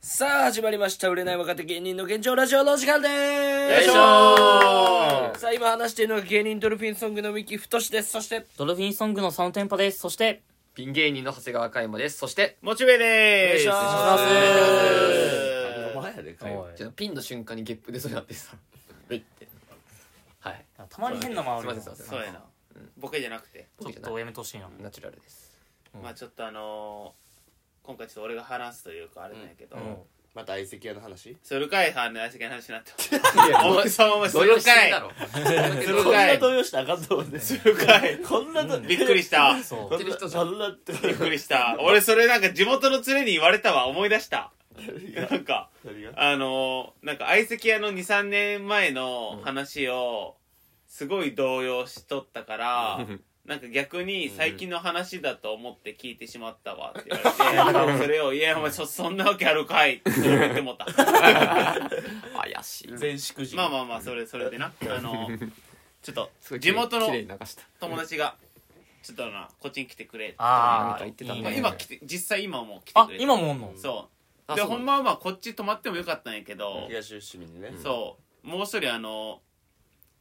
さあ始まりました売れない若手芸人の現状ラジオのお時間でよーいすしょーさあ今話しているのが芸人ドルフィンソングの三木太ですそしてドルフィンソングのサウンテンパです。そして、ピン芸人の長谷川嘉山です。そして、モチベでーす。お願いしますお前やで会話ちょっとピンの瞬間にゲップでそうなってさ。ベッて。はい。たまに変な回りすいませんすいませんそうやな。ボケじゃなくて、ちょっとおやめてほしいな。ナチュラルです。まあちょっとあのー、今回ちょっと俺が話すというかあれなんやけど、また相席屋の話するかいはんの話が話になった。いやお前そうお前す動揺るしてかんいだろ。すこるんかない動揺したらあかんと思うねするかいこんなとびっくりした。そこう。んなそんなってびっくりした。俺それなんか地元の連れに言われたわ。思い出した。いやなんか、何があのー、なんか相席屋の2、3年前の話を、すごい動揺しとったから、なんか逆に最近の話だと思って聞いてしまったわって言われて、それを、いや、お前そ、そんなわけあるかいって言ってもった。怪しい。全祝辞まあまあまあ、それ、それでな。あのー、ちょっすと、ごい地元の綺麗に流した。友達が、ちょっとな、こっちに来てくれって。あなあ、んか言ってたねいいまあね今来て、実際今も来てあくれ、て。今もおんのそう。あで、そうほんまはまあ、こっち泊まってもよかったんやけど、東伏見にねそうもう一人あの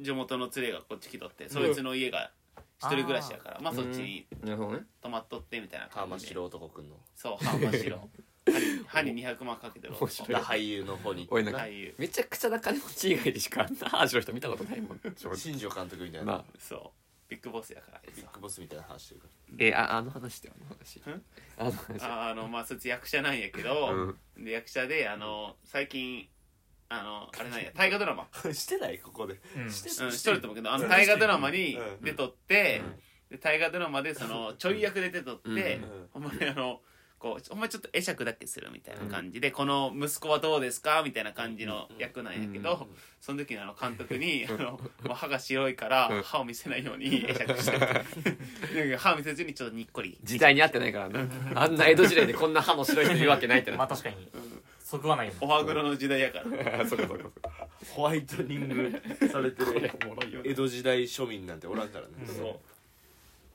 地元の連れがこっち来とって、そいつの家が一人暮らしやからまあそっちになるほどね。泊まっとってみたいな浜感じで城男くんのそう歯真っ白歯に歯に200万かけてる面白い俳優の方におい、なんあかあ、いうめちゃくちゃな金持ち以外でしかあんな話の人見たことないもん。正直新庄監督みたいななあそうビッグボスやからあいビつッはグボスみたいな話してるかえ、ああの話だよ、あの話ん。あの話。ああのまあそいつ役者なんやけど、で役者であの最近あのあれなんや大河ドラマら してないここでうんしてうん、るしとると思うけどあの大河ドラマにうん出とって、で大河ドラマでそのちょい役で出とって、ほんまにあのこうほんまちょっと会釈だけするみたいな感じで、この息子はどうですかみたいな感じの役なんやけど、その時のあの監督に、あのまあ、歯が白いからうん歯を見せないように会釈してなんか 歯を見せずにちょっとにっこり時代に合ってないからな。あんな江戸時代でこんな歯の白い人いるわけないって まあな。確かに。そぐわないよねお。歯黒の時代やから そこそこ。ホワイトニングされてるおもろいよね江戸時代庶民なんておらんからね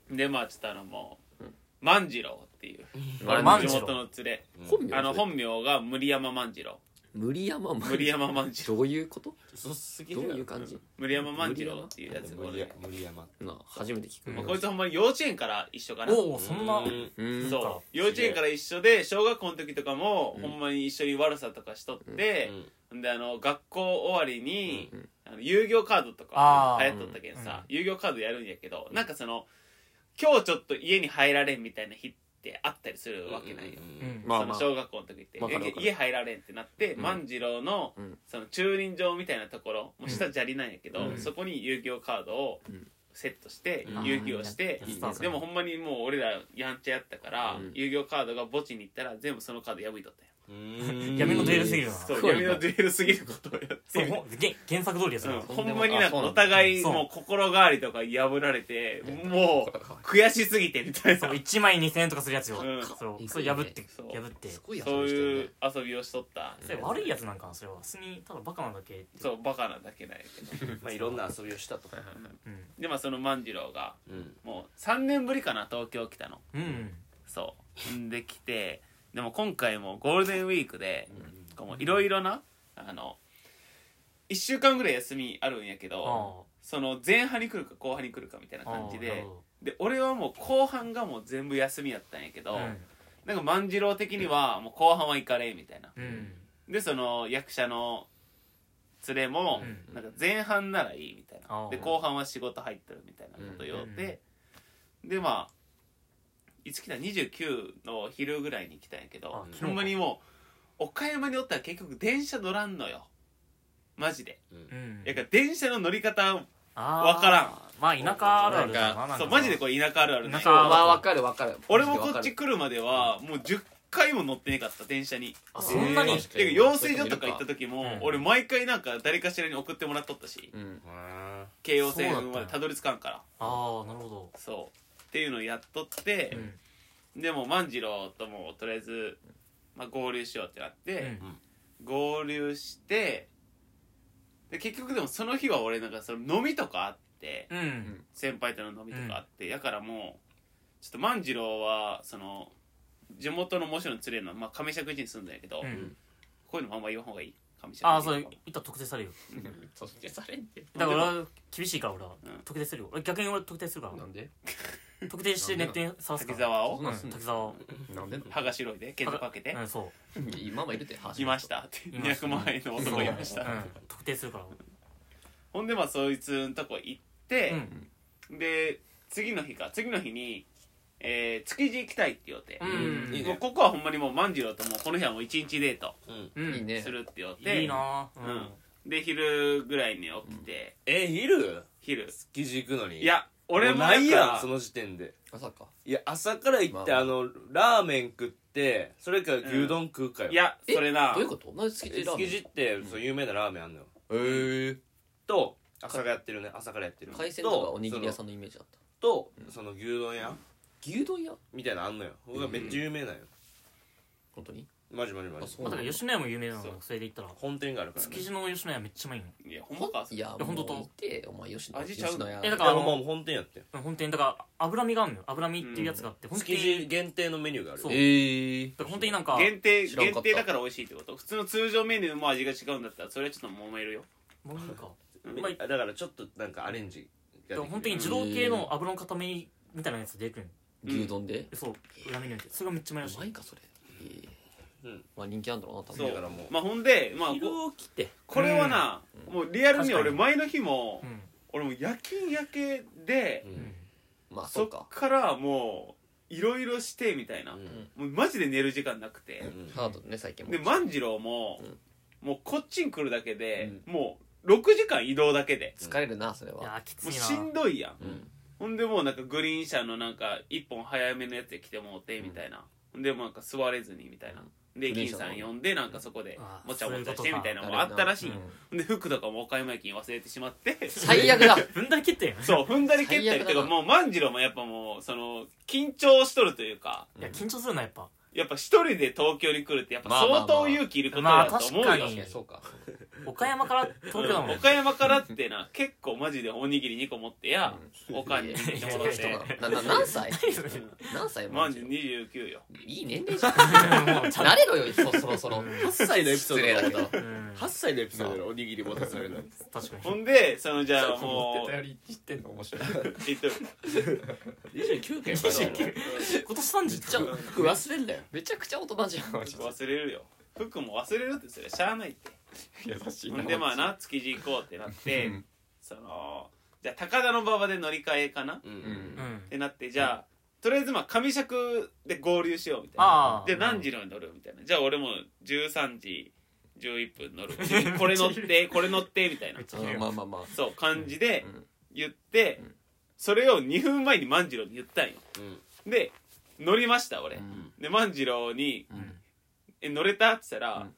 そうでまあちょっとあのもう万次郎っていうあれま万あ次地郎元の連れ本名あの本名が森山万次郎無理山まん森山万次郎どういうことそうすぎどうるやいろう感じ森山万次郎っていうやつ無理や無理山なあ初めて聞く、うんまあこいつほんまに幼稚園から一緒かなおお、そんな。うんそっそかう幼稚園から一緒で小学校の時とかもほんまに一緒に悪さとかしとってうんほんであの学校終わりにうんあの遊戯王カードとあかー流行っとったけんさ遊戯王カードやるんやけどなんかその今日ちょっと家に入られんみたいな日ってあったりするわけないようん。まあそまのあ小学校の時ってわかるわかる家家入られんってなってうん万次郎のうんその駐輪場みたいなところもう下砂利なんやけうどんそこに遊戯王カードをうんセットしてうん遊戯王してやってたんすねでもほんまにもう俺らやんちゃやったからうん遊戯王カードが墓地に行ったら全部そのカード破いとったんや闇のデュエルすぎるな。そそうすごういな闇のデュエルすぎることをやってう、ほんげ原作通りやそれうんはほんまになんかあそうなんだお互いそうもう心変わりとか破られてもう悔しすぎてみたいなそう、1枚2000円とかするやつようん。そう、それ破って、そう破って。すごい遊そうびしてるいねう遊びをしとったそれ悪いやつなんかな、それは。普通に、ただバカなんだっけって。そうバカなだけなんやけど まあいろんな遊びをしたとうん。でまあその万次郎がうんもう3年ぶりかな東京来たのうん。そうんで来てでも今回もゴールデンウィークでいろいろなあの1週間ぐらい休みあるんやけあどあ。その前半に来るか後半に来るかみたいな感じああなるでほで俺はもう後半がもう全部休みやったんやけど、どうんなんか万次郎的にはもう後半は行かれみたいなうん。でその役者の連れもうなんか前半ならいいみたいあなーで後半は仕事入ってるみたいなこと言おうてでまあいつ来た29の昼ぐらいに来たんやけあど昨日かほんまにもう岡山におったら結局電車乗らんのよマジでうん。やから電車の乗り方わわからん。まあ、田舎あるあるだなな。なんかそうマジでこれ田舎あるあるね田ま舎あわかるわかる俺もこっち来るまではもう10回も乗ってねかった電車にあそんなにえーてか養成所とか行った時もうん俺毎回なんか誰かしらに送ってもらっとったしうん京王線までたどり着かんからああ、なるほど。そうっていうのをやっとって、でも万次郎ともとりあえず、まあ、合流しようってなって、合流してで結局でもその日は俺なんかその飲みとかあって、うん。うん。先輩との飲みとかあって、やからもうちょっと万次郎はその地元のもちろん連れの、まあ、上石神人に住んだんやけど、うんこういうのもあんま言わん方がいいかもしれないああそう言ったら特定されるよそしてされんてだから俺は厳しいから俺はうん特定するよ俺逆に俺特定するかなんでら特定してネットに探すか滝ら沢そをんなんすんの滝沢をなんでな歯が白いでケツかけてうんそうのいやママいるっ「ていました」っていました200万円の男いましうたん特定するからほんでまあそいつんとこ行っうてんで次の日か次の日にえー築地行きたいって言おうてうんいいもねうここはほんまにもう万次郎ともうこの日はもう一日デートうんうんいいねするって言おうていいなぁうんで昼ぐらいに起きてえ昼昼記事行くのにいや俺ももうないやんんその時点で朝かいや朝から行ってまああのラーメン食ってそれから牛丼食うかよいやえそれなどういうこと何で好きえでラーメ築ン地ってそう有名なラーメンあんのよへえと朝からやってるね朝からやってる海鮮とかおにぎり屋さんんのイメージだったとその牛丼屋牛丼屋みたいなのあんのよ僕がめっちゃ有名なんよ本当にマジマジマあジそうまあだから吉野家も有名なのそうよそれで言ったら本店があるからね築地の吉野家めっちゃうまいのよいやほんまかいややほんとともういてお前吉野味ちゃう吉野えだ家からあいやもうのもう本店やってん本当にだから脂身があるのよ脂身っていうやつがあって本当築に地限定のメニューがあるそうええだから本当になんか限定知らんかった限定だから美味しいってこと普通の通常メニューも味が違うんだったらそれはちょっと揉めるよもうなんかめだからちょっとなんかアレンジがでだからきる本当に自動系の油の固めみたいなやつ出てくる牛丼でのそう裏メニューでそれがめっちゃうまいらしうまいいかそれええうんまあ人気あんだろうなそ多分うだからもうまあほんでまあこを切ってこれはなもうリアルに俺確前の日もうん俺も夜勤夜けでうんまあそそうっかからもういろいろしてみたいなうもんうマジで寝る時間なくてうんハードだね最近もで万次郎もうんもうこっちに来るだけでもう6時間移動だけで疲れるなそれいはやーきついもうなしんどいやんうんほんでもうなんかグリーン車のなんか一本早めのやつで来てもうてみたいな、ほんでもうなんか座れずにみたいなでグリー銀ン車さのん呼んでなんかそこであーもちゃもちゃしそうていうことかみたいなのもあったらしいよほうんんで服とかも岡山駅に忘れてしまって最悪だ 分断切ったよねそう踏んだり蹴ったりと最悪だかなもう万次郎もやっぱもうその緊張しとるというかいや緊張するなやっぱやっぱ一人で東京に来るってやっぱまあまあま相あ当勇気いることだと思うよ、まあ確確かにそうか岡山から東京だもんうんね岡山からってな結構マジでおにぎり2個持ってや、おかんにいや持っその人てがなな何歳うん何歳マ万ジ次郎で29よいい年齢じゃ もんうちゃん慣れろよそそろそろ8歳のエピソ失ー礼ドだだけけどどうん8歳のエピソードでおにぎり持たされるの確かにほんでそのじ ゃあもうり知ってんの面白いえっと29回今年三十じゃあ服忘れんだよめちゃくちゃ大人じゃん忘れるよ服も忘れるってそれしゃあないって優しほんでまあな築地行こうってなって、うんそのじゃあ高田の馬場で乗り換えかなっうんうんうんてなってじゃあとりあえずまあ上尺で合流しようみたいあなあで何時のに乗るみたいなじゃあ俺も13時11分乗るこれ乗 ってこれ乗ってみたいなめっちゃうんまあまあまあそう感じでうん言って、うんそれを2分前に万次郎に言ったんようんで乗りました俺、うんで万次郎にうん「え乗れた?」って言ったら、うん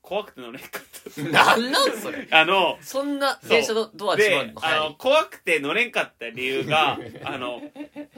怖くて乗れんかったって なんなんそれあの、そんな電車のドア閉まるでの、あ早の、い怖くて乗れんかった理由が、あ の、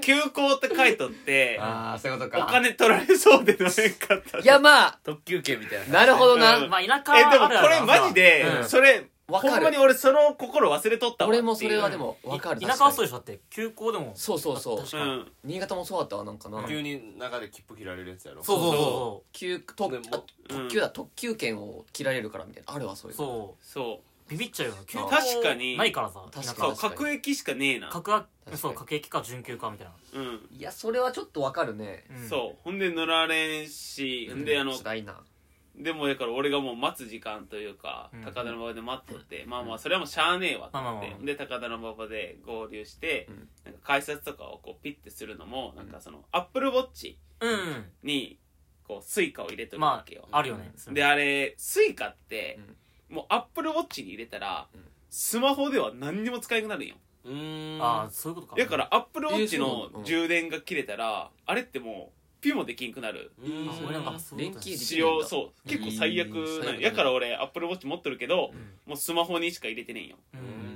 休校って書いとって、ああそういうことお金取られそうで乗れんかった。いやまあ特急券みたいななるほどな、うんまあ田舎え、でもあるあこるれマジで、うんそれ、わかるほんまに俺その心忘れとったわってい俺うもそれはでも分かるい田舎はそううでしょだって休校でもそうそうそう確うかにん。新潟もそうだったわなんかな急に中で切符切られるやつやろそうそう急特でもあ特急だ特急券を切られるからみたいなあるわそうそうそういうそのそうビビっちゃうよな休校確かにないからさ田舎確う。そかう、に各駅しかねえな。格はかにそう各駅か準急かみたいな、うん。いやそれはちょっと分かるねうんそう。ほんで乗られんし、んであの、辛いなでもだから俺がもう待つ時間というか、うん高田の馬場で待っとって、まあまあそれはもうしゃあねえわってまあまあまあ言ってで高田の馬場で合流して、うんなんか改札とかをこうピッてするのも、なんかそのアップルウォッチうんにこうスイカを入れとるわまけよ、ああるよねであれスイカってうん、もうアップルウォッチに入れたら、うんスマホでは何にも使えなくなるんようーんああそういうことかだからアップルウォッチえーそうのなのうん充電が切れたら、あれってもうピもできんくなるうーんあ俺なんかそういうことだ連携でき使るん用だそう結構最悪うんな最ん悪やから俺アップルウォッチ持っとるけど、んもうスマホにしか入れてねえんよ、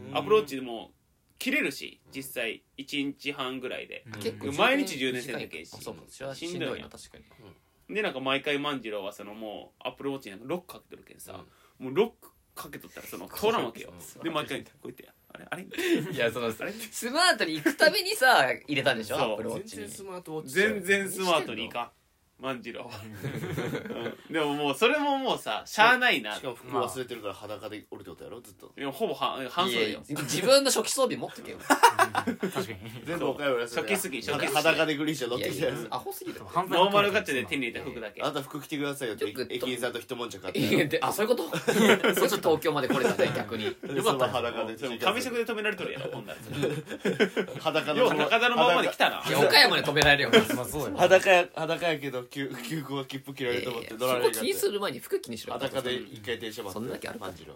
うんんアプローチでも切れるし実際1日半ぐらいで、うん結構毎日充電せなきゃいけんしあそうかそれはしんどいな確かにでなんか毎回万次郎はそのもうアップルウォッチにロックかけとるけんさ、もうロックかけとったらその取らんわけようんで毎回こうやってあれあれいやそのスマートに行くためにさ入れたんでしょそうアップルウォッチ全に然スマートウォッチ全然スマートにいか万次郎うんでももうそれももうさしゃあないなしかも服忘れてるから裸でおるってことやろずっといやほぼ半半いや袖いやよ自分の初期装備持ってけよ確かに全部おかよら初期すぎ初期すぎ裸でグリーン車乗っいてやきいたややつアホすぎる犯罪 ノのーマルガチで手に入れた服だけあなた服着てくださいよってちょっと駅員さんと一文字買っていやであそういうことそっち東京まで来れたね逆によかったね裸ででも追加紙色で止められとるやろほんなら裸ようの高田のまんまで来たないや岡山で止められるよ まあそうや裸や裸やけど休休校は切符切られると思ってそドラレこー気にする前に服気にしろよ裸で一回停車待ってそんなだけあるか万次郎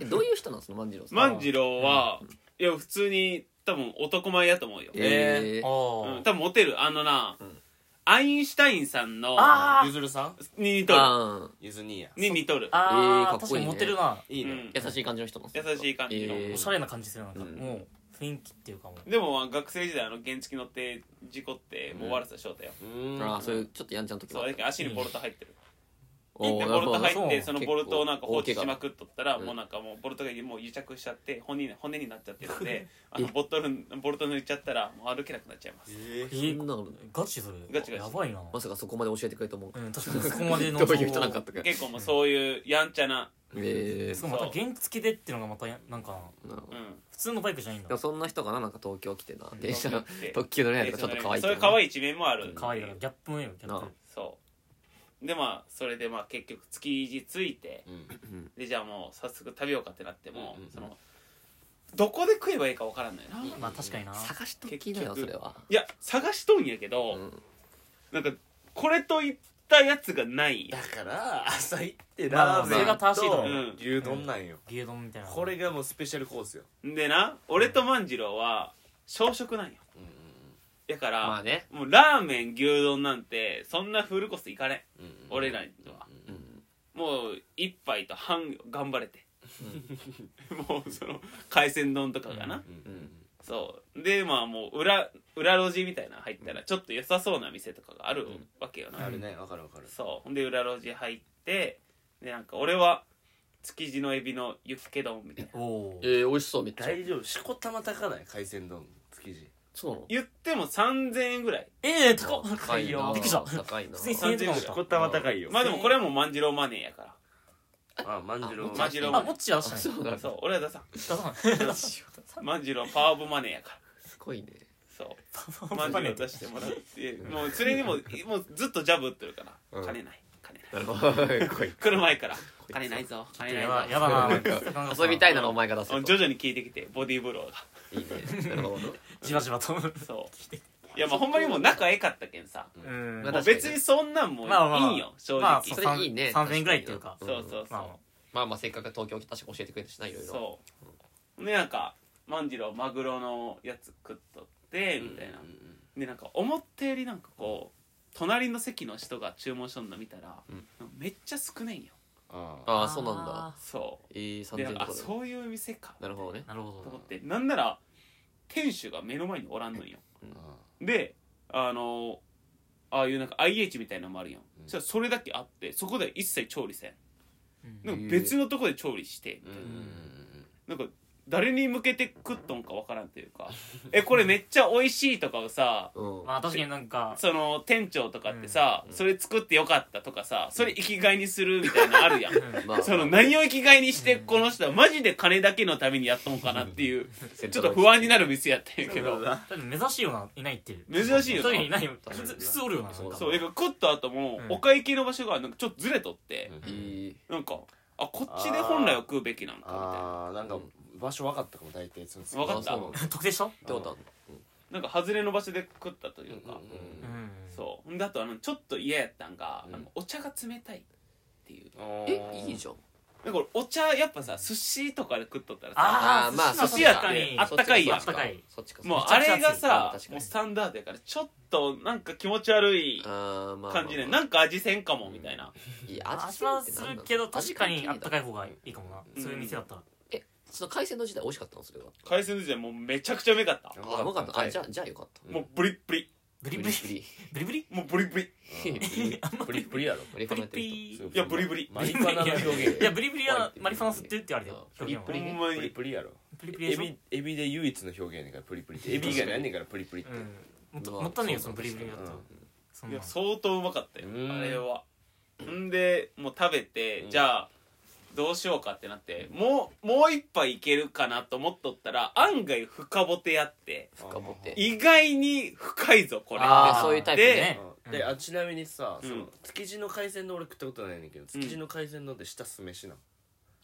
えどういう人なんその万次郎さん万次郎はいや普通に多分男前やと思うよ、えーうん、あ多分モテるあのな、アインシュタインさんのあゆずるさんに似とるあゆず兄やに似とるああえーかあっ確こかいいにねモテるないいねうんー優しい感じの人なんですか優しい感じのえーおしゃれな感じするなんかうんもう雰囲気っていうかもうでもまあ学生時代あの原付乗って事故ってもう悪さしようだよ、うーんああそういうちょっとやんちゃん時そうだけど足にボルト入ってる、おでーボルトな入るほっどてねそのボルトをなんか放置結構しまくっとったらうんもうなんかもうボルトがもう癒着しちゃって骨に骨になっちゃってるんであのボトルボルト抜いちゃったらもう歩けなくなっちゃいますええーそんなのあるねガチそれガチガチやばいなまさかそこまで教えてくれると思うかうん確かにそこまでの どういう人なんかとか結構もうそういうやんちゃな、えそうまた原付でっていうのがまたやなんかーなるほどうん、普通のバイクじゃないんだでもそんな人がななんか東京来てな電車東京来て特急乗れないとかちょっと可愛いそれ可い愛い一面もある可愛いからギャップもいいよギャッなプあそうでまあそれでまあ結局築地着いてうんでじゃあもう早速食べようかってなっても、うんうんそのどこで食えばいいかわからんのよな、いまあ確かにな探しときなよそれはや探しとんやけど、うんなんかこれといったやつがないだから朝行ってまあラーメそれンが正しいとと思う牛丼なんよ牛丼みたいなこれがもうスペシャルコースよでな俺と万次郎は小食なんよだから、まあねもうラーメン牛丼なんてそんなフルコースいかれん俺らにはうんもう一杯と半頑張れて、 もうその海鮮丼とかがな、そうでまあもう裏裏路地みたいなの入ったらちょっと良さそうな店とかがあるわけよな、あるねわかるわかるそうほんで裏路地入ってでなんか俺は築地のエビのユッケ丼みたいなおおえー美味しそうめっちゃ大丈夫しこたま高ない海鮮丼築地そうなの言っても3000円ぐらいええ高っ高いなびっくりした高いな普通に1000円とか3000円もしぐしたこたま高いよまあでもこれはもう万次郎マネーやかあ万次郎あ万次郎あもっちは出したそうねならのすそう俺は出さん出さない出さない万次郎パワーオブマネーやからごいねそう万次郎出してもらってもうそれにももうずっとジャブ打ってるからうん金ない金ないなるほど来い来る前から金ないぞ金ないやぞばやばななんか 遊びたいならお前が出せうとん徐々に効いてきてボディーブローがいいねなるほどじわじわとそういやまあほんまにもう仲ええかったけんさうんまあもう別にそんなんもまあまあいいんよ正まあ直それいいね3000円ぐらいっていうか確そにうそうまあそまあまあせっかく東京来たし教えてくれたしないろういろそうでなんか万次郎マグロのやつ食っとってみたいなでなんか思ったよりなんかこう隣の席の人が注文しとんの見たらうんめっちゃ少ないんよあああそうなんだそえーうでな3000んか円とあかでそういう店かなるほどねなるほと思っどてなんなら店主が目の前におらんのんよであのああいうなんか IH みたいなのもあるやん、うんそしたらそれだけあってそこでは一切調理せんうんなんか別のとこで調理して、なんか誰に向けて食っとんかわからんというか えこれめっちゃ美味しいとかをさうんまあ確かになんかその店長とかってさ、それ作ってよかったとかさそれ生きがいにするみたいなのあるやんま あその何を生きがいにしてこの人はマジで金だけのためにやっとんかなっていうちょっと不安になる店やってるけどだって珍しいよないないっていう珍しいよそういうなのいないよ確普かに通普通おるよななんかそうだから食った後も、うんお会計の場所がなんかちょっとずれとって、いいなんかあこっちで本来は食うべきなのかあなんか場所分かったかも大体そのみたいな分かっあたそうなんだ特定したうってことはなんか外れの場所で食ったというか、んそうであとあのちょっと嫌やったんが、うんあのお茶が冷たいっていうえいいじゃんなんか俺お茶やっぱさ寿司とかで食っとったらさああーーまあ寿司寿司やったねあったかいやんそあっっちたかいそっちかもうそっちかあれがさ確かにもうスタンダードやからちょっとなんか気持ち悪いあーまあ感じで、まあなんか味せんかもみたいな、いい味味付けはってすなんるだけど確かにあったかいい方がいいかもな、うんそういう店だったらえその海鮮の時代美味しかったのそれは海鮮寿司はもうめちゃくちゃうめかった、あうまかったあじゃあじゃあよかったうんもうブリッブリブリブブリリブリブリもうブリッブリブリプリプリやろブリブリブブリリいやブリブリマリファナの表現いやブリブリはマリファナ吸ってるって言われてよブリブほリんまプリにプリやろブリブリでエしょビエビで唯一の表現やねんからプリプリってエビ以外ないねんからプリプリってうんもっともったいないよそのブリブリだと、うんそんいなやの相当うまかったようんあれはんでもう食べて、じゃあどうしようかってなってもうもう一杯いけるかなと思っとったら案外深ぼてやって深掘って意外に深いぞこれあーあそういうタイプねねうんであちなみにさ、うんその築地の海鮮丼俺食ったことないねんだけど築地の海鮮丼って下酢飯なの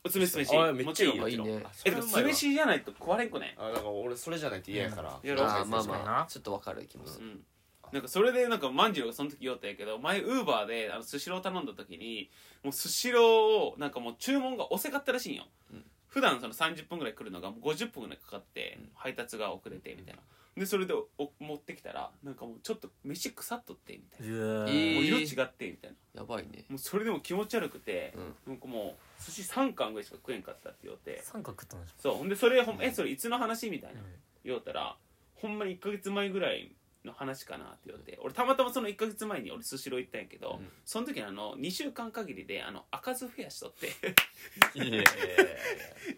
おつめ酢飯あめっもちちゃろいんいもよあいちいろんねえでも酢飯じゃないと食われんくねあだから俺それじゃないと嫌やから、いやろああまあ確かにまなあちょっとわかる気もすうるんなんかそれでなんか万次郎がその時言おったんやけど前ウーバーであのスシロー頼んだ時にもうスシローをなんかもう注文が遅かったらしいんよ、普段その30分ぐらい来るのがもう50分ぐらいかかって配達が遅れてみたいなでそれでおお持ってきたらなんかもうちょっと飯腐っとってみたいな、うわいいーもう色違ってみたいなやばいねもうそれでも気持ち悪くて、なんかもう寿司3貫ぐらいしか食えんかったって言おって三角食ったんでしそうほんでそれほん、えそれいつの話みたいな、うん言おったらほんまに1ヶ月前ぐらいの話かなって言おって俺たまたまその1ヶ月前に俺スシロー行ったんやけど、その時にあの2週間限りであの赤酢増やしとって い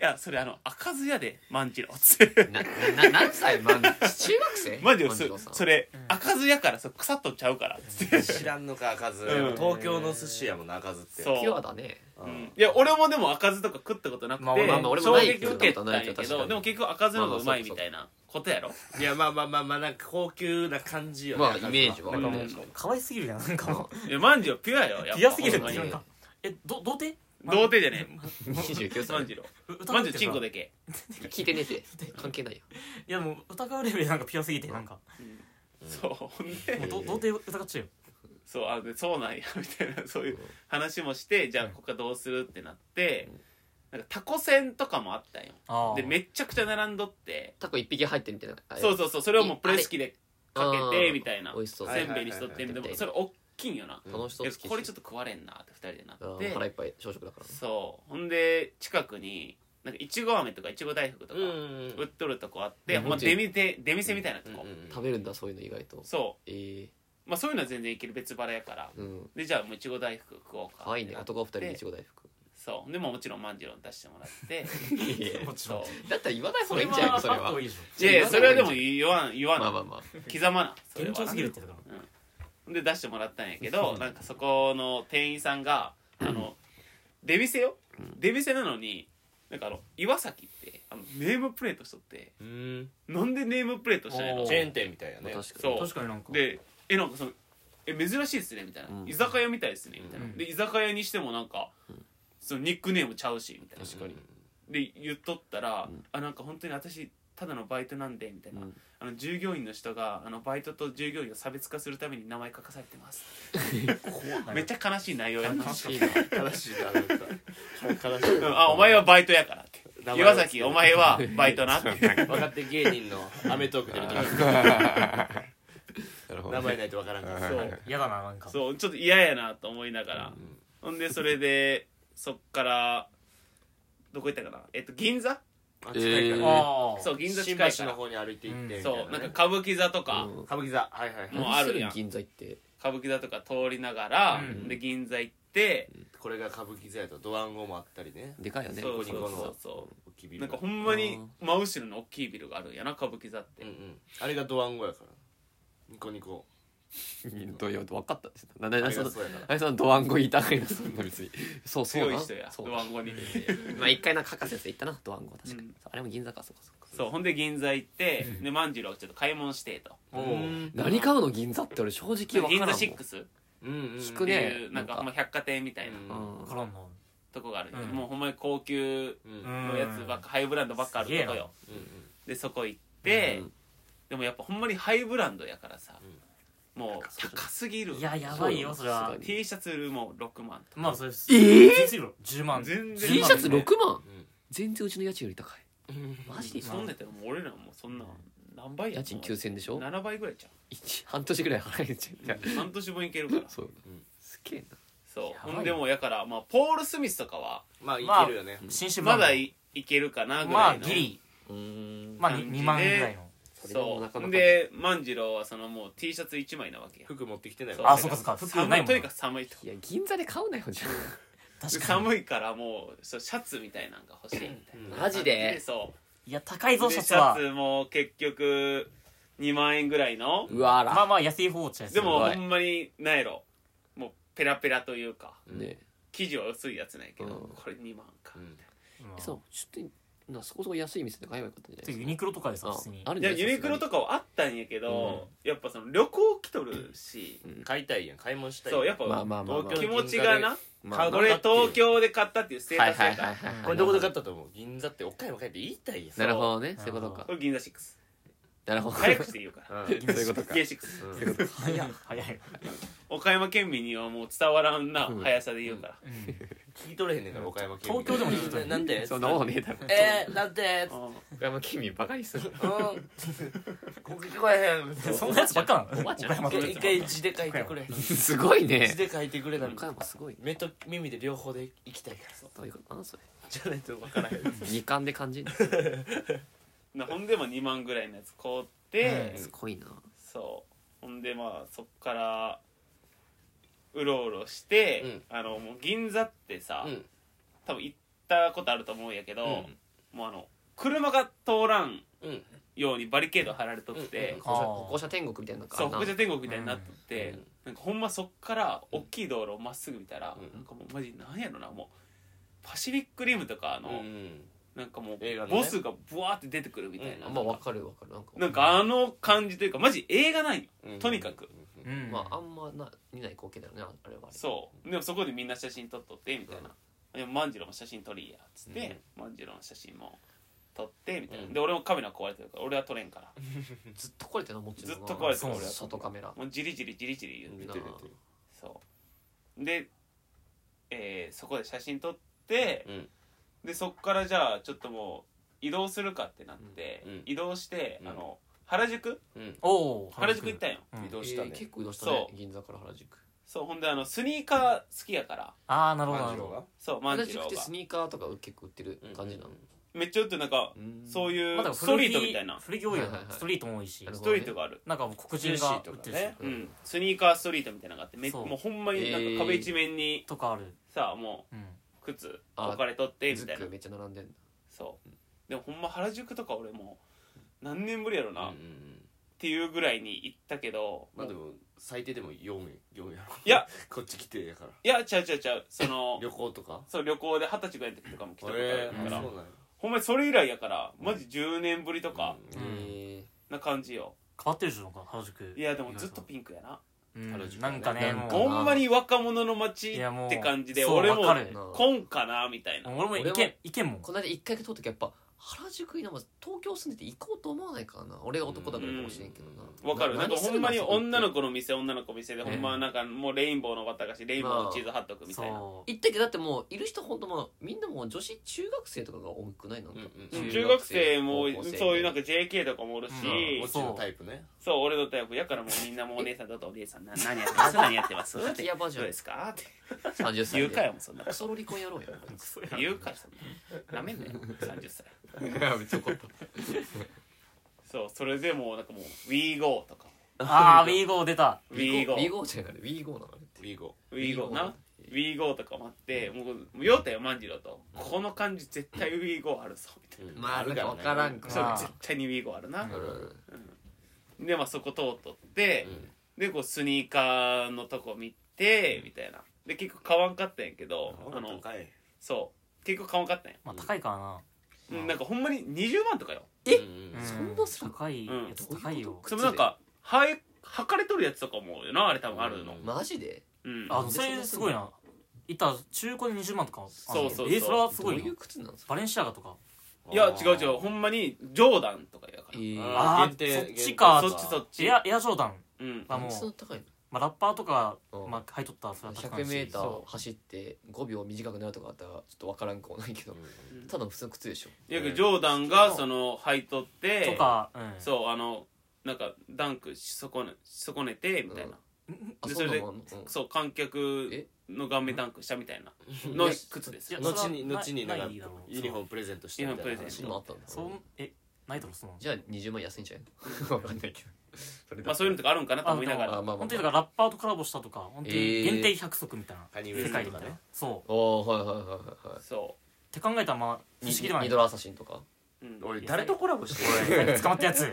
やそれあの赤酢屋で万次郎っつ ってなな何歳まん中学生万次郎万次郎さそんそれ、赤酢屋からそう腐っとっちゃうからっつって、知らんのか赤酢、うん東京の寿司やもんな赤酢ってそうピュアだねうんうんいや俺もでも赤酢とか食ったことなくて、まあまあまあ俺も衝ない撃受けたん食ったことないやけけど確かどにでも結局赤酢の方がうまいみたいなことやろいやまあまあまあまあなんか高級な感じよねまあ赤酢はイメージはょなんかもううん可愛すぎるやんなんかもういや万次郎ピュアよやっぱピュアすぎるっほんまてになんかえど童貞童貞じゃね29え万歳次郎う疑万次郎われてチるンかコらだけ聞いてねえって関係ないよいやもう疑われるよなんかピュアすぎてなんかそうほんでもうど童貞疑っちゃうよそうあでそうなんや みたいなそういう話もしてじゃあここからどうするってなってなんかタコ船とかもあったんよあでめっちゃくちゃ並んどってタコ一匹入ってるみたいなそうそうそうそれをもうプレス機でかけあてーみたいな美味しそうせんべいにしとってはいはいはいでもそれおっきいんよな楽しそういやこれちょっっと食われんなって二人でなって腹いっぱい朝食だからそうほんで近くになんかいちご飴とかいちご大福とかうん売っとるとこあって、うんまあ、出店出店みたいなとこ、うん食べるんだそういうの意外とそえうまあそういうのは全然いける別腹やからえうんでじゃあもういちご大福食おうか可愛いねってなって男二人でいちご大福そうでももちろん万次郎に出してもらって もちろんそうだったら言わない方そがいれいんじゃないはかそそれれははいいでしいやいやそれはでも言わん言わん、まあまあまあ刻まなそょれは緊張すぎるって言ってたかで出してもらったんやけどなんかそこの店員さんがあの出店よ出店なのになんかあの岩崎ってあのネームプレートしとってうんなんでネームプレートしたんやろチェーン店みたいやねまあ確かそにらう確かになんかでえなんかそのえ珍しいですねみたいな、居酒屋みたいですねみたいな、うんで居酒屋にしてもなんか、そのニックネームちゃうしみたいな確かにで言っとったら、あなんか本当に私ただのバイトなんでみたいな、あの従業員の人があのバイトと従業員を差別化するために名前書かされてます、めっちゃ悲しい内容やな悲しいな悲しいななんか悲しいうんあお前はバイトやからって名前を岩崎お前はバイトなって若手芸人のアメトーク出る時なるほど名ね前ないとわからんからそう嫌だななんかそうちょっと嫌やなと思いながら、ほんでそれでそっからどこ行ったかなえっと銀座あ近いかえーらああそうう銀座新近いから橋の方に歩いて行ってみたいそうなんかね歌舞伎座とか、うん歌舞伎座はいはいはいもうあるやん何す銀座行って歌舞伎座とか通りながら、うんで銀座行って、これが歌舞伎座やとドワンゴもあったりねでかいよねそうニコニコのそうそう大きいそビルうなんがかほんまに真後ろの大きいビルがあるんやな歌舞伎座って、うんうんあれがドワンゴやからニコニコどうよ分かったですななあなれそがのそうやからあれそのドワンゴ言いたがりなそんな 別にそうそう強ない人やそうドワンゴにまあ一回なんかカカ先生行ったなドワンゴは確かうんにそうあれも銀座かそうかそうかそうほんで銀座行って、で万次郎ちょっと買い物してとおううん何買うの銀座って俺正直分銀から座んもん6ってうんうん聞くねいうなんなかんかまあ百貨店みたいなうんうん分からんなとこがあるんやけど、うんもうほんまに高級うんうんのやつばっかハイブランドばっかあるとこよでそこ行って、うんでもやっぱほんまにハイブランドやからさ、もうそう高すぎるいややばいよそれはそうよ T シャツ売るもう6万とかまあそれええー10万全然 T 10シ万ャツ6万うん全然うちの家賃より高いマジでそんなんやったらもう俺らもうそんな何倍や家賃9000でしょ7倍ぐらいじゃ一半年ぐらい払えちゃうん半年分いけるからそうすげえなそうばいほんでもうやから、まあ、ポール・スミスとかはまあいまあけるよね新種まだいいけるかなぐまらあいの、ギリうんまあ2万円ぐらいのそれでもなかなそうかほんで万次郎はそのもう T シャツ1枚なわけよ服持ってきてないあわそうかそうか服寒ないいもんとにかく寒いといや銀座で買うなよじゃ確かに寒いからもうそうシャツみたいなのが欲しいみたいなあマジでそういや高いぞでシャシツャはツも結局2万円ぐらいのうわら、まあまあ安い方っちゃ安いでもすごいほんまになんやろもうペラペラというかね生地は薄いやつないけど、うんこれ2万か、うんまあそうちょっとなそこそこ安い店で買えばよかったんじゃないユニクロとかでさ普通にああるんいじゃやないユニクロとかはあったんやけど、やっぱその旅行来とるし、買いたいやん買い物したいそうやっぱまあまあまあまあ気持ちがな、ま買あう俺東京で買ったっていうステーはいタスはやいはいから、はいはいこれどこで買ったと思う銀座って岡山帰って言いたいやんなるほどねそそうういうことかこれ銀座6なるほど早口で言うかうらん そういうことか銀座6うん早い早い岡山県民にはもう伝わらんな、うん速さで言うから、聞き取れへんねんから岡山県民東京でも聞き取れへんなんてそんなもんねえだろえー、なんてうん岡山県民バカにするうんこ聞こえへんそんなやつばっかなのおばあちゃん岡山のやつ一回字で書いてくれ すごい字ねで書いてくれなん岡か山すごいね目と耳で両方で行きたいからどういうことなのそれじゃないと分からへん二冠で感じるなほんでまあ2万ぐらいのやつ買って、すごいなそうほんでまあそっからうろうろして、うんあのもう銀座ってさ、うん多分行ったことあると思うんやけど、うんもうあの車が通らんうんようにバリケード張られとって、歩行者歩行者天国みたいなのかそうな北者天国みたいになってて、うんなんかほんまそっから大きい道路をまっすぐ見たら、うんなんかもうマジなんやろなもうパシフィックリムとかの、うんなんかもう、映画のねボスがブワーって出てくるみたいな、あまあわかるわかるなんかなんかあの感じというかマジ映画ないようんとにかくうんまああんまな見ない光景だよねああれはそうでもそこでみんな写真撮っとってみたいな、でも万次郎も写真撮りやっつって、万次郎の写真も撮ってみたいな、うんで俺もカメラ壊れてるから俺は撮れんからうずっと壊れてるの持ってるずっと壊れてるる俺は外カメラもうじりじりじりじり言う、うんな出てる出てるそうで、えーそこで写真撮って、うんでそっからじゃあちょっともう移動するかってなって、うん移動して、うんあの原宿うんおお原宿行ったんようん移動したえーね結構移動したねそ銀座から原宿そうほんであのスニーカー好きやからああなるほどな万る次郎ほどがそう万原次宿郎っがてスニーカーとか結構売ってる感じなのめっちゃ売ってるなんか、そういうまあだからスト古着リートみたいな古着多いよねはいはいはいストリートも多いしなるほスどトリートがある、なんかもう黒人が売ってるし UC とかねうん、スニーカーストリートみたいなのがあってめそうもうほんまになんか壁一面にとかあるさもうんう靴あ置かれとってみズたッいなクめっちゃ並んでんだそうでもほんま原宿とか俺も何年ぶりやろな、うっんうんうんていうぐらいに行ったけど、まあでもうも最低でも4名4やろいや こっち来てやからいやちゃうちゃうちゃうその旅行とかそう旅行で二十歳ぐらいの時とかも来たことあるあから、そうなんやほんまにそれ以来やからマジ10年ぶりとかうんうんえな感じよ変わってるじゃんか原宿いやでもずっとピンクやなうん原宿なんかねなんかもほんまに若者の街ういやもうって感じでそう俺もわかるなこんかなみたいな俺も行けん行けんもんこの間一回だけ通った時やっぱ原宿今まず東京住んでて行こうと思わないからな俺が男だからかもしれんけどなわかるなんかほんまに女の子子の店女の子の店でほんまなんかもうレインボーの綿菓子レインボーのチーズ貼っとくみたいなそう行ったけどだってもういる人ほんともうみんなもう女子中学生とかが多くないのうんうんうん中学生も高校生そういうなんか JK とかもおるしうん落ちのタイプねそう俺のタイプやからもうみんなもうお姉さんだとお姉さんな何やってます何やってますってキヤバージどョうンですかって30歳言うかでよもうそんなクソロリコンやろうよ言うかよそんななめんなよ30歳めっちゃ怒ったそうそれでもうなんかもう WeGo とかああ w e ゴー出た WeGo WeGo じゃない WeGo なのあれってウィーゴ WeGo な WeGo とかもあってもうもう酔ったよ万次郎とこの感じ絶対 WeGo あるぞみたいなまあなんか分からんかそうあー絶対に WeGo あるな、うんでまあそこ通っとって、でこうスニーカーのとこ見てみたいなで結構買わんかったんやけどあの高いそう結構買わんかったんや、まあ高いからなうんなんかほんまに20万とかよえうそんなする高いやつうん高いよそれもなんかはえ履かれとるやつとかもよなあれ多分あるのマジでうん、あそれすごいな行ったら中古で20万とかあるそのうそうそうえそれはすどごういいなう靴なんですかバレンシアガとかいや違う違うほんまにジョーダンとかやから、あー限定そっちかそっちそっちエアエアジョーダンうんああももううそんな高いまあラッパーとかのうんまあ入っとったらそれは高いし 100m そ走って5秒短くなるとかあったらちょっと分からんくもないけどただの普通の靴でしょいやけどジョーダンがその履いとっうてとかうんそうあのなんかダンクし損ねし損ねてみたいな、あでそうなそれでのあんのうんそう観客えの顔面ダンクしたみたいなの靴ですいやよそれは後に後になんなかいだろうユニフォームプレゼントしてみたいユニなフォームプレゼそんなのあったんだそうそうえないだろそのじゃあ20万円安いんじゃない わかんないけどそれだまあそういうのとかあるんかなと思いながあらあまあまあ本当にだからラッパーとコラボしたとか本当に限定100足みたいなカニウエ世スト界とみかたいなねそうっおーはいはいはいはそて考えたらまあ不い思議ではなニいドラアサシンとかう、うん、 俺誰とコラボして捕まったやつ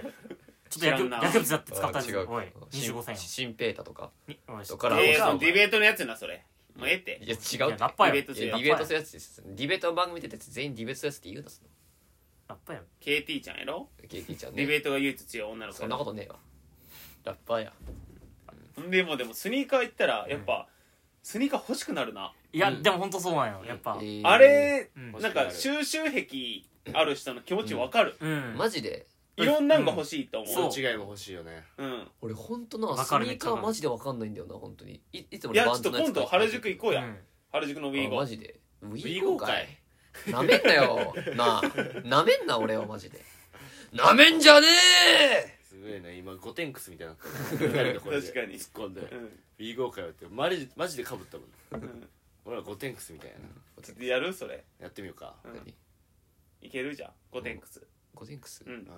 ちょっと薬知らんな薬物だって使ったやつあ違うおい新25歳よ新ペータとかにおいとからえーおそ前のディベートのやつなそれもうええっていや違いうやってラッパーやディんベートいやディベートするやつですディベートの番組出て全員ディベートするやつって言うなそのラッパーやん KT ちゃんやろ KT ちゃんディねベートが唯一強い女の子そんなことねえわラッパーやでもでもスニーカー行ったらやっぱスニーカー欲しくなるな、いやうんでも本当そうなんよやっぱえーあれ、うんなんか収集癖ある人の気持ちわかる、うんマジでいろんなんが欲しいと思う、違いも欲しいよねうん俺本当なわスかるニーカめっちゃわかーるマジでわかんないんだよな本当にいいつもいやちょっと今度原宿行ここうや、うん原宿のウィーゴマージでウーィーゴーゴーかかいいなめん なよなあなめんな俺はマジでなめんじゃねえすごいね今ゴテンクスみたいになったね二人でこれで確かに突っ込んでうん「B 号会よってマジマジでかぶったもんうん俺らゴテンクスみたいなちょっとやるそれやってみようかうん何いけるじゃんゴテンクス、ゴテンクスうん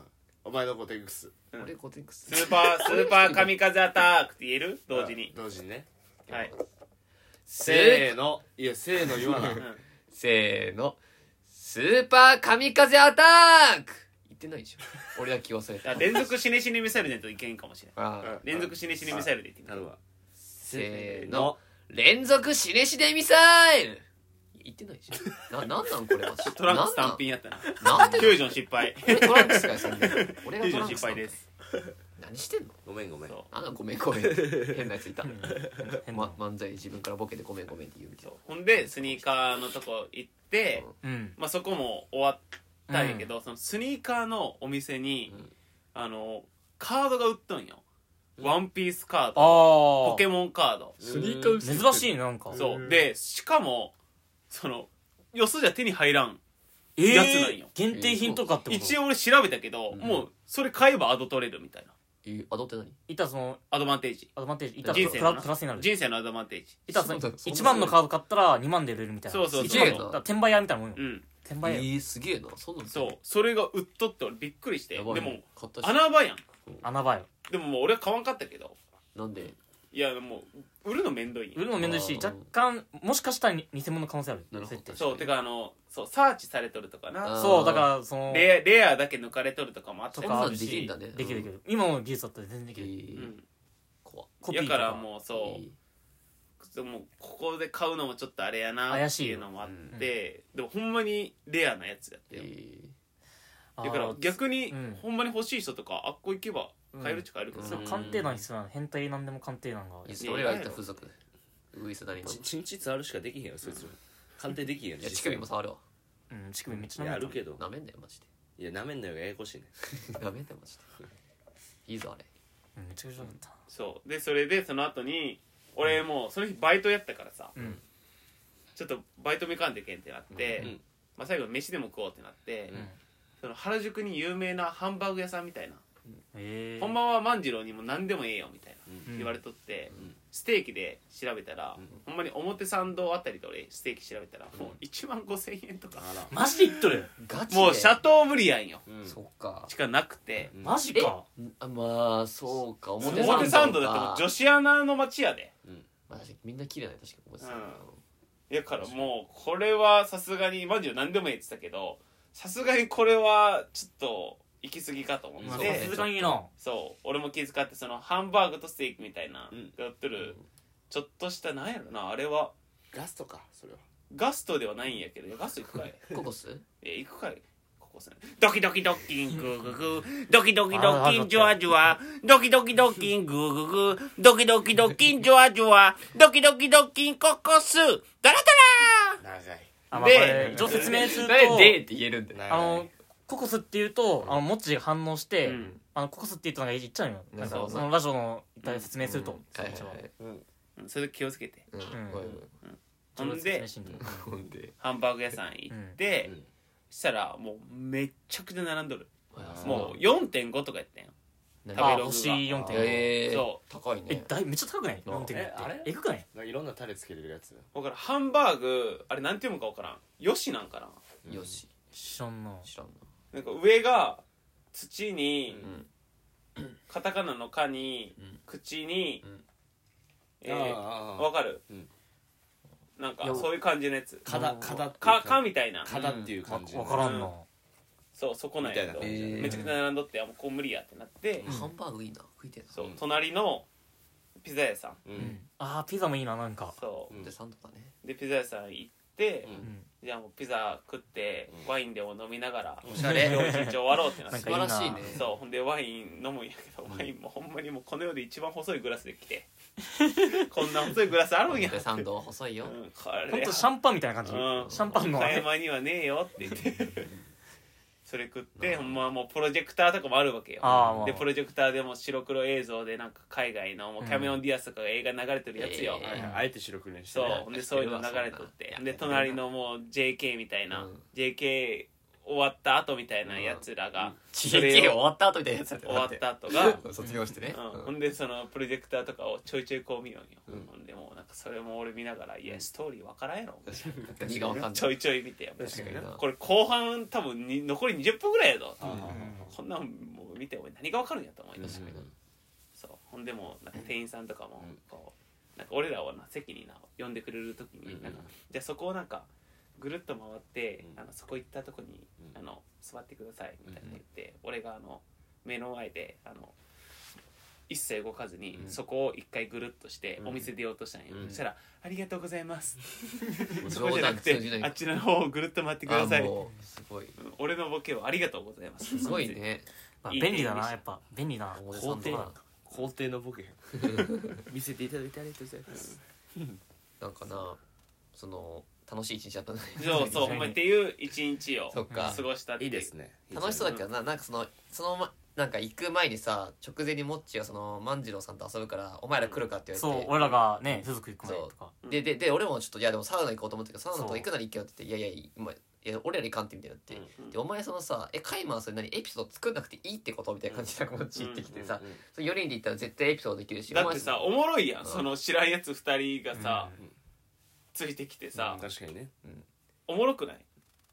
お前のゴテンクスうん俺ゴテンクススーパースーパー神風アタックって言える同時にあ同時にねはいせーのいやせーの言わなういんせーのスーパー神風アタック言ってないで しょ俺だけ忘れあた連続死ね死ねミサイルじゃないといけんかもしれないあー連続死ね死ねミサイルでいってみなるるわせーの連続死ね死ねミサイル言ってないでしょななんなんこれマジで トランクス単品やったななんなんでフュージョン失敗俺トランクスかよそんな俺フュがートジョラン失ンクスなん敗だよです何してんのごめんごめんそうあごめんごめん変なやついた、変なま、漫才で自分からボケてごめんごめんって言うみたいそうほんでスニーカーのとこ行って、うんまあ、そこも終わったんやけど、そのスニーカーのお店に、うんあのカードが売っとんよ、ワンピースカーあドポーケモンカードスニーカー珍しいねなんかそうでしかもそのよそじゃ手に入らんえーやつなんよ限定品とかってこと一応俺調べたけど、もうそれ買えばアド取れるみたいななえアドって何いたそのアドバンテージアドバンテージいた人プ生ラのプラスにななる人生のアドバンテージいたそのそんな1万のカード買ったら2万で売れるみたいなそうそうそう1万のだから転売屋みたいなもんようん転え売屋ー、すげえなそんなんそうそれが売っとって俺びっくりしてでやもばいね買ったし穴場やん穴場よでももう俺は買わんかったけどなんでいやもう売るのめんどいんよ売るのめんどいしあー若干もしかしたらに偽物の可能性あるなるほど設定そうてかあのそうサーチされとるとかなあーそうだからそのレアレアだけ抜かれとるとかもあったとそんかなあんるでしきるんだねできるできる今の技術だったら全然でえきるーうん怖っコピーやとからかもうえそーうもうここで買うのもちょっとあれやな怪っしていいようのもあってでもほんまにレアなやつやっえたよーあだからー逆にうんほんまに欲しい人とかあっこ行けば買えるっちゃ買えるけどうんそされ鑑定団必要なの変態なんでも鑑定団がいやいやそれは言った付属ウイスなりのちいちんちつあるしかできへんよそいつら鑑定できへんよや乳首も触るわうん乳首めっちゃいやあ舐めるるけどなめんなよ マジでいやなめんなよがややこしいねなめんなよマジでいいぞあれうんめちゃくちゃ良かったそうでそれでその後に俺もうその日バイトやったからさうんちょっとバイトめかんといけんってなって、うんまあ、最後飯でも食おうってなって、んその原宿に有名なハンバーグ屋さんみたいな、ええほんまは万次郎にも何でもええよみたいなうん言われとって、んステーキで調べたら、うんほんまに表参道あたりで俺ステーキ調べたら、もう1万5000円とか、あらマジで言っとるガチでもうシャトーブリアンようんそっかしかなくて、うんマジかあまあそうか表参道か表参道だってもう女子アナの街やでまあ確かにみんな綺麗だね確かに表参道だからもうこれはさすがに万次郎何でもええって言ったけどさすがにこれはちょっと行き過ぎかと思まあっさて、ですがになそう俺も気遣ってそのハンバーグとステーキみたいなうんやってる、ちょっとしたなんやろなあれはガストかそれはガストではないんやけどいやガスト行 くかいココスえ行くかいここさドキドキドッキングーグーグードキドキドッキンジュワジュワドキドキドッキングーグーグードキドキドッキンジュワジュワドキドキドッキンココスダラダラ長いあまあこでれ一応説明するとなんで「で」って言えるんだよ長いあのココスって言うとあのモッチーが反応してうんあのココスって言ったのが言っちゃうのよなんなるかほどそのラジオの一体説明するとはいはいはいうんそれ気をつけてうんんごめんごめんほん説で明しんとほんでハンバーグ屋さん行って、うんしたらもうめっちゃくちゃ並んどるももう4.5とかやったんよう食べあログが星4点えーそ高いえねだいめっちゃ高くないあ4点えあれえぐくないなんかいろんなタレつけてるやつだからんハンバーグあれなんて読むか分からんヨシなんかなよし知らんな知らんななんか上が土に、んカタカナの「カ」に、うん口に、うんえーあわかる、うんなんいかやそういう感じのやつかだかだ「か」かみたいなかだっていう感じわからんなそうそこなんやけどみたいな感じだねめちゃくちゃ並んどってあもうこう無理やってなって、ハンバーグいいな食いてえなそううん隣のピザ屋さんうんああピザもいいななんかそうんじゃあサンドだねうでピザ屋さん行ってう、うんんじゃあもうピザ食ってうんワインでも飲みながらおしゃれ今 日一日終わろうってなっなてん素かいい晴ならしいねそうほんでワイン飲むんやけどワインもほんまにもうこの世で一番細いグラスで来て こんな細いグラスあるんやでサンド細いようん、こほんれとシャンパンみたいな感じ、うんシャンパンの狭山にはねえよって言っ てそれ食ってほんまもうプロジェクターとかもあるわけよあーまあでプロジェクターでも白黒映像でなんか海外のもうキャメロン・ディアスとかが映画流れてるやつよ、えーあえて白くねしてそうねほんでそういうの流れとっいてやで隣のもう JK みたいな、うん JK 終わった後みたいなやつらが、地域終わった後みたいなやつ だ終わった後だがっ、て卒 業してねうん、うほんんでそのプロジェクターとかをちょいちょいこう見よんよ、うんほんでもうなんかそれも俺見ながら「いやストーリーわからんやろ」何がわかんちょないいちょい見てやっぱ確かになこれ後半多分に残り20分ぐらいやぞうんこんなんもう見てお前何がわかるんやと思いました確かにそうほんでもうなんか店員さんとかもうんこうなんか俺らをな席にな呼んでくれる時うにんなんかじゃあそこをなんかぐるっと回ってうんあのそこ行ったとこにうんあの座ってくださいみたいな言って俺があの目の前であの一切動かずにうんそこを一回ぐるっとしてうんお店出ようとしたんや、うんそしたら「ありがとうございます」そ冗こじゃな談く通じなていあっちの方をぐるっと回ってくださあいもうすごいうん俺のボケをありがとうございますすごいねまあ、いい便利だ便利なやっぱ便利な表工参程道だだ皇帝のボケ見せていただいてありがとうございますなんかなその楽しい一日だったね そうそうほんまにっていう一日をそっか過ごしたっていいいうですね 楽しそうだけどななんかそのそのまなんか行く前にさ直前にモッチーがその万次郎さんと遊ぶからお前ら来るかって言わそれうて俺らがね風俗行く前とかででで俺もちょっと「いやでもサウナ行こうと思ったけどサウナとそかう行くなら行けよ」って言って「いやいや,、まあ、いや俺らに行かんって」みたいになって、うんでお前そのさ「えカイマーそれ何エピソード作んなくていいってこと?」みたいな感じでなんかモッチー言ってきてさ、それ4人で行ったら絶対エピソードできるしだってさおもろいやうんんその知らんやつ2人がさうんついてきてささあ確かにねおもろくない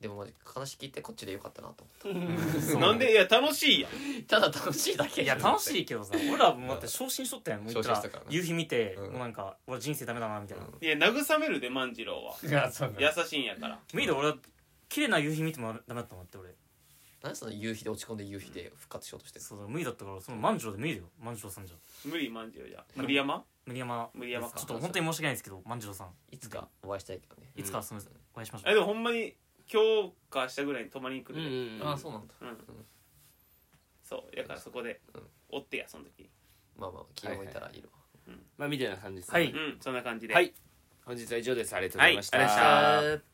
でもマジ話聞いてこっちでよかったなと思っそうなんでいや楽しいやんたただ楽しいだけいや楽しいけどさ俺らもだって昇進しとったやんもう言った昇進しらたからね夕日見て、うんもうなんか俺人生ダメだなみたいな、うんいや慰めるで万次郎はいやそう優しいんやから無理だ俺は綺麗な夕日見てもダメだったもんだって俺何その夕日で落ち込んで夕日で復活しようとしてるそうだ無理だったからその万丈で無理だよ万丈さんじゃ無理万次郎じゃん無理山無理山無理山ちょかっと本当に申し訳ないですけど万丈さんいつかお会いしたいけどねいつかすみませんお会いしましょえうでもほんまに今日か明日ぐらいに泊まりに来るでああそうなんだうんそうだからそこでうん追ってやその時まあまあ気が向いたらいるわまあみたいな感じですねはいうんそんな感じではい本日は以上ですありがとうございましたはいありがとうございましたえー